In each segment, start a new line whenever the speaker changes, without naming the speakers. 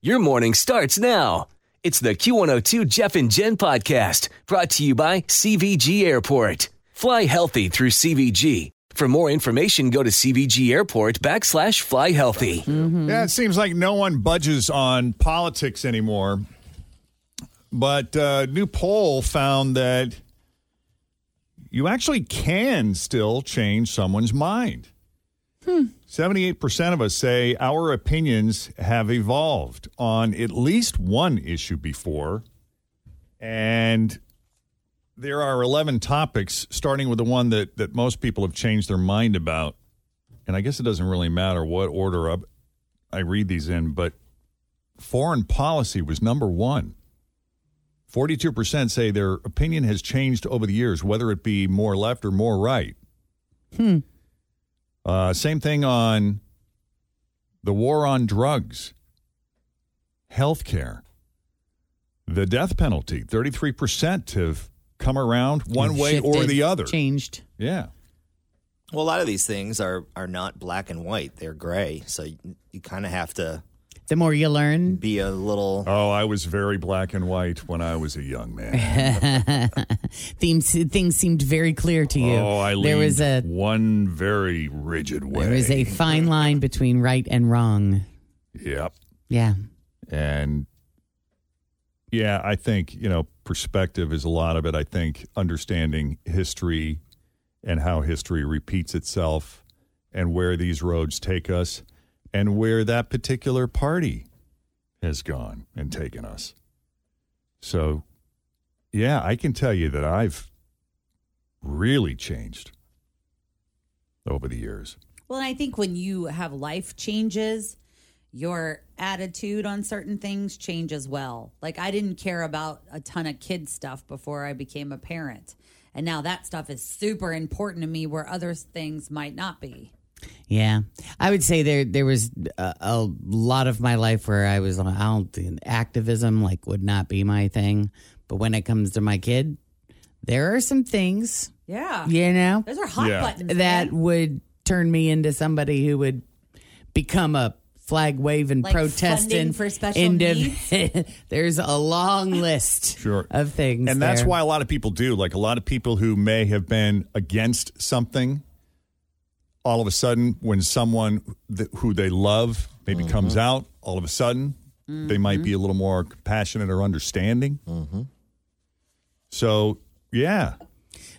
Your morning starts now. It's the Q102 Jeff and Jen podcast brought to you by CVG Airport. Fly healthy through CVG. For more information, go to CVG Airport backslash fly healthy.
Yeah, it seems like no one budges on politics anymore. But uh, new poll found that you actually can still change someone's mind. Seventy-eight percent of us say our opinions have evolved on at least one issue before, and there are eleven topics, starting with the one that that most people have changed their mind about. And I guess it doesn't really matter what order up I read these in, but foreign policy was number one. 42% say their opinion has changed over the years, whether it be more left or more right. Hmm. Uh, same thing on the war on drugs, healthcare, the death penalty. 33% have come around one way or
Shifted,
the other.
Changed.
Yeah.
Well, a lot of these things are are not black and white; they're gray. So you, you kind of have to
The more you learn,
be a little.
Oh, I was very black and white when I was a young man.
themes, things seemed very clear to you.
oh, I leaned
there was a
one very rigid way.
there was a fine line between right and wrong.
Yep.
Yeah.
And yeah, I think, you know, perspective is a lot of it. I think understanding history and how history repeats itself and where these roads take us and where that particular party has gone and taken us. So, yeah, I can tell you that I've really changed over the years.
Well, and I think when you have life changes, your attitude on certain things change as well. Like I didn't care about a ton of kid stuff before I became a parent. And now that stuff is super important to me where other things might not be.
Yeah, I would say there there was a, a lot of my life where I was on I don't think- activism like would not be my thing, but when it comes to my kid, there are some things
Yeah.
you know
Those are hot
Yeah.
buttons.
that
man.
would turn me into somebody who would become a flag waving
Like funding
protesting
for special
There's a long list
Sure.
of things,
And that's
there.
why a lot of people do. Like a lot of people who may have been against something, all of a sudden, when someone th- who they love maybe comes out, all of a sudden, they might be a little more compassionate or understanding. So, yeah.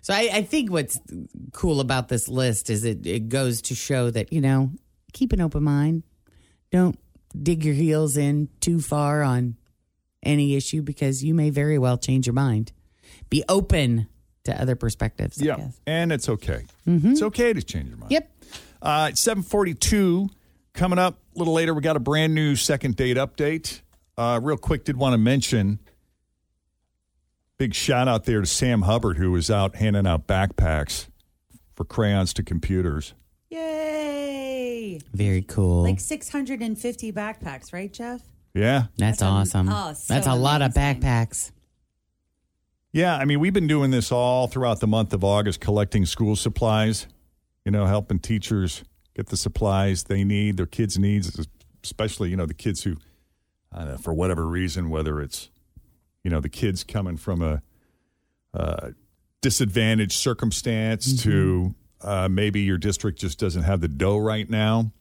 So I, I think what's cool about this list is it, it goes to show that, you know, keep an open mind. Don't dig your heels in too far on any issue because you may very well change your mind. Be open to other perspectives. I guess.
And it's okay. Mm-hmm. It's okay to change your mind.
Yep.
Uh, it's 742 coming up a little later. We got a brand new second date update. Uh, real quick, did want to mention big shout out there to Sam Hubbard, who was out handing out backpacks for crayons to computers.
Yay.
Very cool.
Like 650 backpacks, right, Jeff?
Yeah.
that's,
that's am-
awesome.
oh, so
that's a lot of
amazing.
backpacks.
Yeah. I mean, we've been doing this all throughout the month of August, collecting school supplies, you know, helping teachers get the supplies they need, their kids' needs, especially, you know, the kids who, I don't know, for whatever reason, whether it's, you know, the kids coming from a uh, disadvantaged circumstance
Mm-hmm. Hmm?
to uh, maybe your district just doesn't have the dough right now.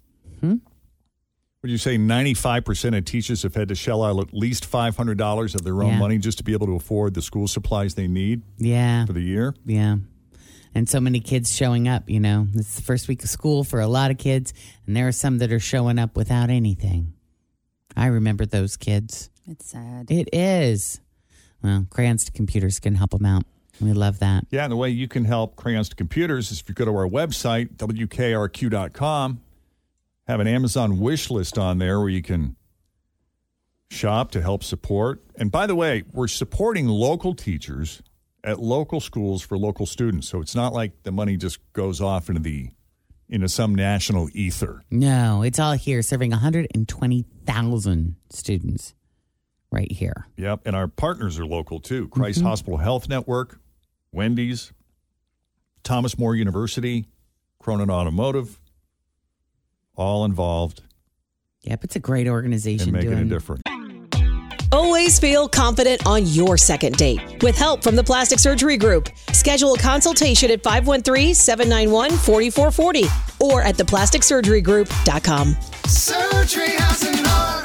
Would you say 95% of teachers have had to shell out at least $500 of their own
Yeah.
money just to be able to afford the school supplies they need
Yeah.
for the year?
Yeah. And so many kids showing up, you know. It's the first week of school for a lot of kids, and there are some that are showing up without anything. I remember those kids.
It's sad.
It is. Well, crayons to computers can help them out. We love that.
Yeah, and the way you can help Crayons to Computers is if you go to our website, wkrq.com, have an Amazon wish list on there where you can shop to help support. And by the way, we're supporting local teachers at local schools for local students. So it's not like the money just goes off into the into some national ether.
No, it's all here, serving 120,000 students right here.
Yep, and our partners are local too. Christ
Mm-hmm.
Hospital Health Network, Wendy's, Thomas More University, Cronin Automotive, all involved
Yep, it's a great
in
organization
making a
doing
difference.
Always feel confident on your second date with help from the Plastic Surgery Group. Schedule a consultation at 513 791 4440 or at theplasticsurgerygroup.com.
Surgery has an art.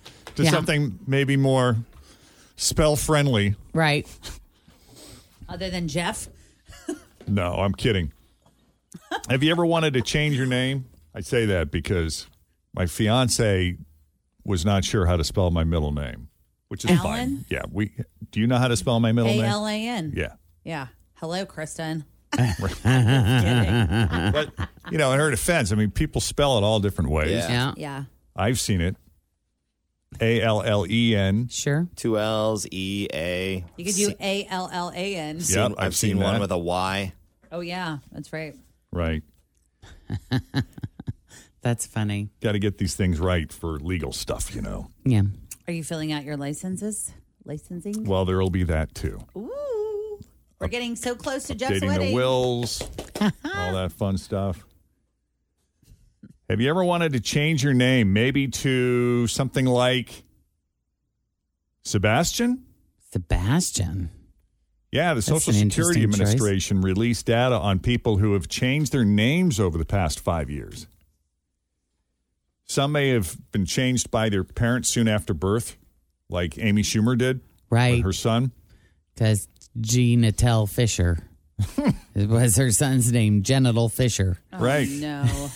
to
Yeah.
something maybe more spell friendly,
Right.
Other than Jeff,
No, I'm kidding. Have you ever wanted to change your name? I say that because my fiance was not sure how to spell my middle name, which is fine.
Alan?
Yeah, we. Do you know how to spell my middle
A
name?
L A N.
yeah,
Yeah. Hello, Kristen.
but you know, in her defense, I mean, people spell it all different ways.
Yeah.
Yeah.
Yeah.
I've seen it. A L L E N.
Sure.
Two L's, E, A.
You could do A L L A N.
Seen-
Yep,
I've,
I've
seen,
seen
one
that.
with a Y.
Oh yeah, that's right.
Right.
That's funny.
Got to get these things right for legal stuff, you know.
Yeah.
Are you filling out your licenses? Licensing?
Well, there'll be that too.
Ooh. We're getting so close to Jeff's
updating
wedding.
the wills,
Uh-huh.
all that fun stuff. Have you ever wanted to change your name, maybe to something like Sebastian?
Sebastian.
Yeah, the
That's
Social
an
Security
interesting choice.
Administration released data on people who have changed their names over the past five years. Some may have been changed by their parents soon after birth, like Amy Schumer did
Right.
with her son.
Because Jean Attell Fisher It was her son's name, Genital Fisher.
Oh,
right.
No.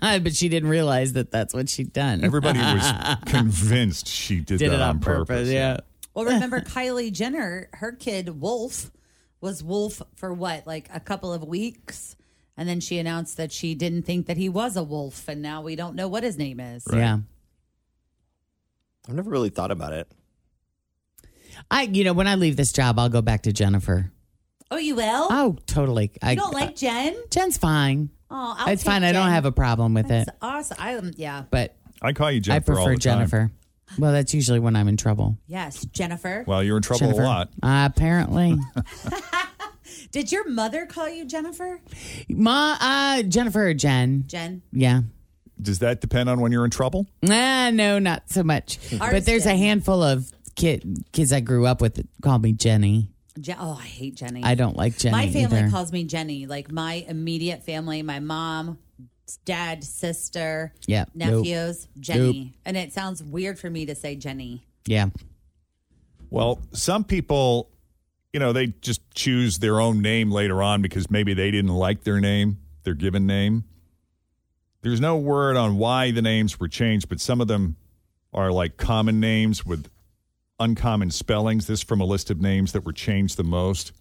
but she didn't realize that that's what she'd done.
Everybody was convinced she did,
did
that
it on purpose. Yeah.
Well, remember Kylie Jenner, her kid Wolf was Wolf for what, like a couple of weeks? And then she announced that she didn't think that he was a wolf. And now we don't know what his name is.
Yeah.
I've never really thought about it.
I, you know, when I leave this job, I'll go back to Jennifer.
Oh, you will?
Oh, totally. I
you don't like Jen?
Jen's fine.
Oh, I'll
it's
take
fine. I don't
Jen.
have a problem with
That's
it.
awesome. I am, yeah.
But
I call you Jennifer.
I
all the
prefer
time.
Jennifer. Well, that's usually when I'm in trouble.
Yes, Jennifer.
Well, you're in trouble
Jennifer.
a lot.
Uh, apparently.
Did your mother call you Jennifer?
Ma, uh, Jennifer or Jen?
Jen?
Yeah.
Does that depend on when you're in trouble?
Nah, no, not so much.
Ours
but there's a
did.
handful of kid, kids I grew up with that call me Jenny.
Je- oh, I hate Jenny.
I don't like Jenny.
My family
either.
calls me Jenny. Like my immediate family, my mom, dad, sister,
Yeah, nope.
nephews, Jenny. And it sounds weird for me to say Jenny.
Yeah.
Well, some people, you know, they just choose their own name later on because maybe they didn't like their name, their given name. There's no word on why the names were changed, but some of them are like common names with uncommon spellings. This is from a list of names that were changed the most.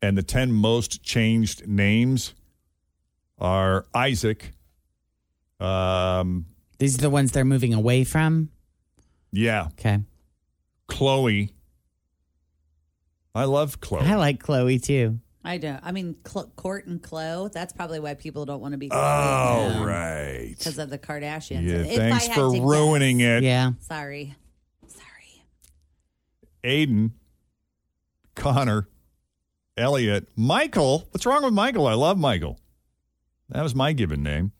And the 10 most changed names are Isaac. Um,
These are the ones they're moving away from.
yeah,
Okay.
Chloe. I love Chloe.
I like Chloe too.
I don't. I mean, Cl- Court and Chloe. That's probably why people don't want to be.
Oh, right.
Because of the Kardashians.
Yeah,
If I
thanks
had
for
to guess-
ruining it.
Yeah.
Sorry. Sorry.
Aiden, Connor, Elliot, Michael. What's wrong with Michael? I love Michael. That was my given name.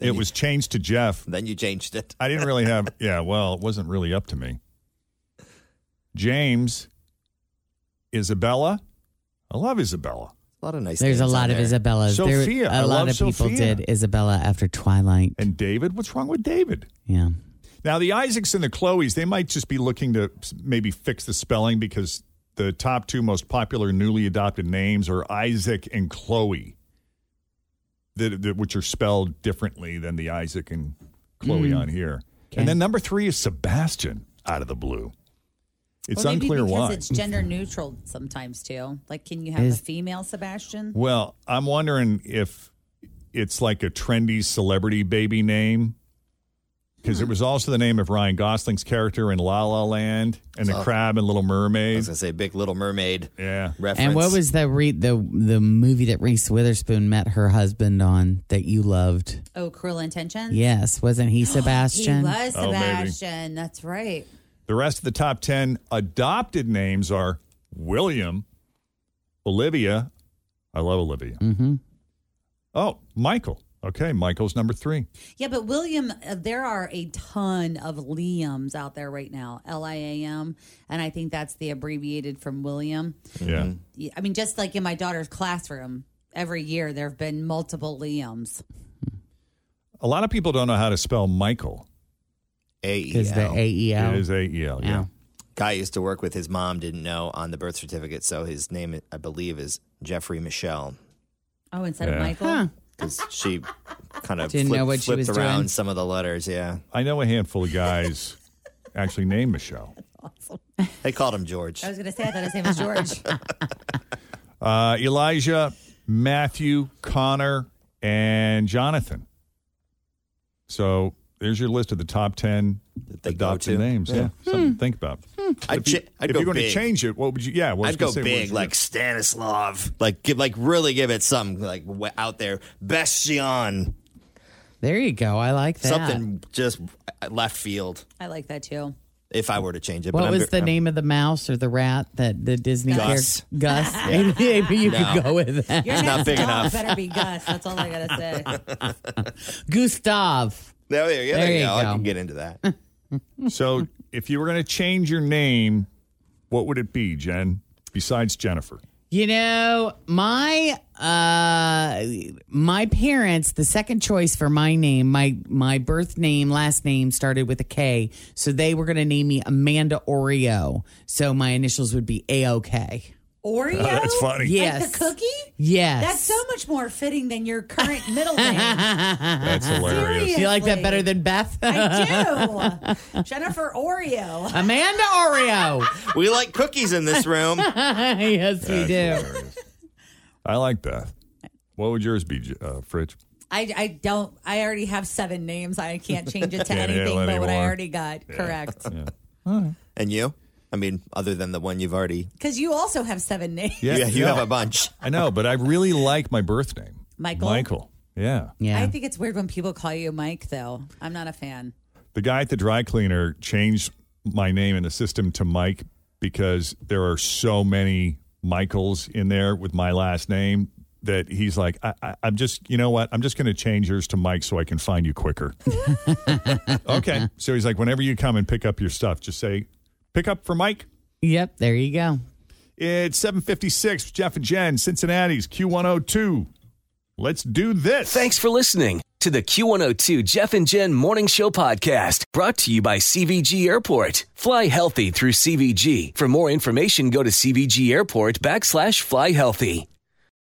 it was changed to Jeff.
Then you changed it.
I didn't really have, yeah, well, it wasn't really up to me. James, Isabella. I love Isabella.
A lot of nice.
There's a
names
lot
on
of
there.
Isabellas. There-
Sophia. I
a lot
love
of people
Sophia.
did Isabella after Twilight.
And David. What's wrong with David?
yeah.
Now, the Isaacs and the Chloes, they might just be looking to maybe fix the spelling because the top two most popular newly adopted names are Isaac and Chloe, that, that, which are spelled differently than the Isaac and Chloe
Mm.
on here.
Okay.
And then number three is Sebastian out of the blue. It's
Well, maybe
unclear
because
why.
it's gender neutral sometimes too. Like, can you have
Is-
a female Sebastian?
Well, I'm wondering if it's like a trendy celebrity baby name because it was also the name of Ryan Gosling's character in La La Land and The
So-
Crab and Little
I
Mermaid.
was gonna say Big Little Mermaid
Yeah.
reference.
And what was the re- the the movie that Reese Witherspoon met her husband on that you loved?
Oh, cruel intentions.
Yes, wasn't he Sebastian?
He was
Oh, maybe.
Sebastian. That's right.
The rest of the top 10 adopted names are William, Olivia. I love Olivia.
Mm-hmm.
Oh, Michael. Okay, Michael's number three.
Yeah, but William, uh, there are a ton of Liams out there right now. L I A M, and I think that's the abbreviated from William.
Yeah.
Yeah, I mean, just like in my daughter's classroom, every year there have been multiple Liams.
A lot of people don't know how to spell Michael.
E
Is the
AEL.
AEL?
E It is A E L. Yeah.
Yeah.
Guy I used to work with his mom didn't know on the birth certificate, so his name I believe is Jeffrey Michelle
Oh, instead
Yeah.
of Michael.
Huh.
because she kind of
Didn't
flipped,
know what she
flipped
was
around
doing.
some of the letters. Yeah,
I know a handful of guys actually named Michelle.
they called him George.
I was going to say I thought his name was George.
Uh, Elijah, Matthew, Connor, and Jonathan. So there's your list of the top 10
they go
adopted
to?
names. Yeah. Something to think about.
I'd,
If, you,
cha- I'd
if
go
you're going to
big.
change it, what would you? Yeah. Well, I was
I'd
gonna
go
say, what would
big,
you-
like Stanislav. Like, give, like really give it some like w- out there. Bastian,
There you go. I like that.
something just left field.
I like that too.
If I were to change it,
What
but I'm
was
ver-
the
I'm-
name of the mouse or the rat that the Disney
Gus.
character Gus? Maybe you could go with that.
Your
not
next
big
dog
enough.
Better be Gus. That's all I got to say.
Gustav.
There, there, you go.
There you
I
go.
can get into that.
So if you were going to change your name, what would it be, Jen? Besides Jennifer,
You know, my uh my parents, the second choice for my name, my my birth name, last name started with a K, so they were going to name me Amanda Oreo. So my initials would be AOK.
Oreo?
that's funny.
Oh, Yes.
Like the cookie?
Yes.
That's so much more fitting than your current middle name.
that's hilarious.
Serious.
You like that
Seriously.
better than Beth?
I do. Jennifer Oreo.
Amanda Oreo.
we like cookies in this room.
yes, we
That's
do.
hilarious. I like that. What would yours be, J- uh, Fridge?
I, I don't, I already have seven names. I can't change it to
Can't
anything
handle
but what I
anymore.
already got. Correct.
And you? I mean, other than the one you've already,
Because you also have seven names.
yeah, you
no.
have a bunch.
I know, but I really like my birth name,
Michael?
Michael. Yeah.
Yeah.
I think it's weird when people call you Mike, though. I'm not a fan.
The guy at the dry cleaner changed my name in the system to Mike because there are so many Michaels in there with my last name that he's like, I, I, I'm just, you know what? I'm just going to change yours to Mike so I can find you quicker. okay. So he's like, whenever you come and pick up your stuff, just say, pick up for Mike.
Yep, there you go.
It's 756, Jeff and Jen, Cincinnati's Q102. Let's do this.
Thanks for listening to the Q102 Jeff and Jen Morning Show Podcast, brought to you by CVG Airport. Fly healthy through CVG. For more information, go to CVG Airport backslash fly healthy.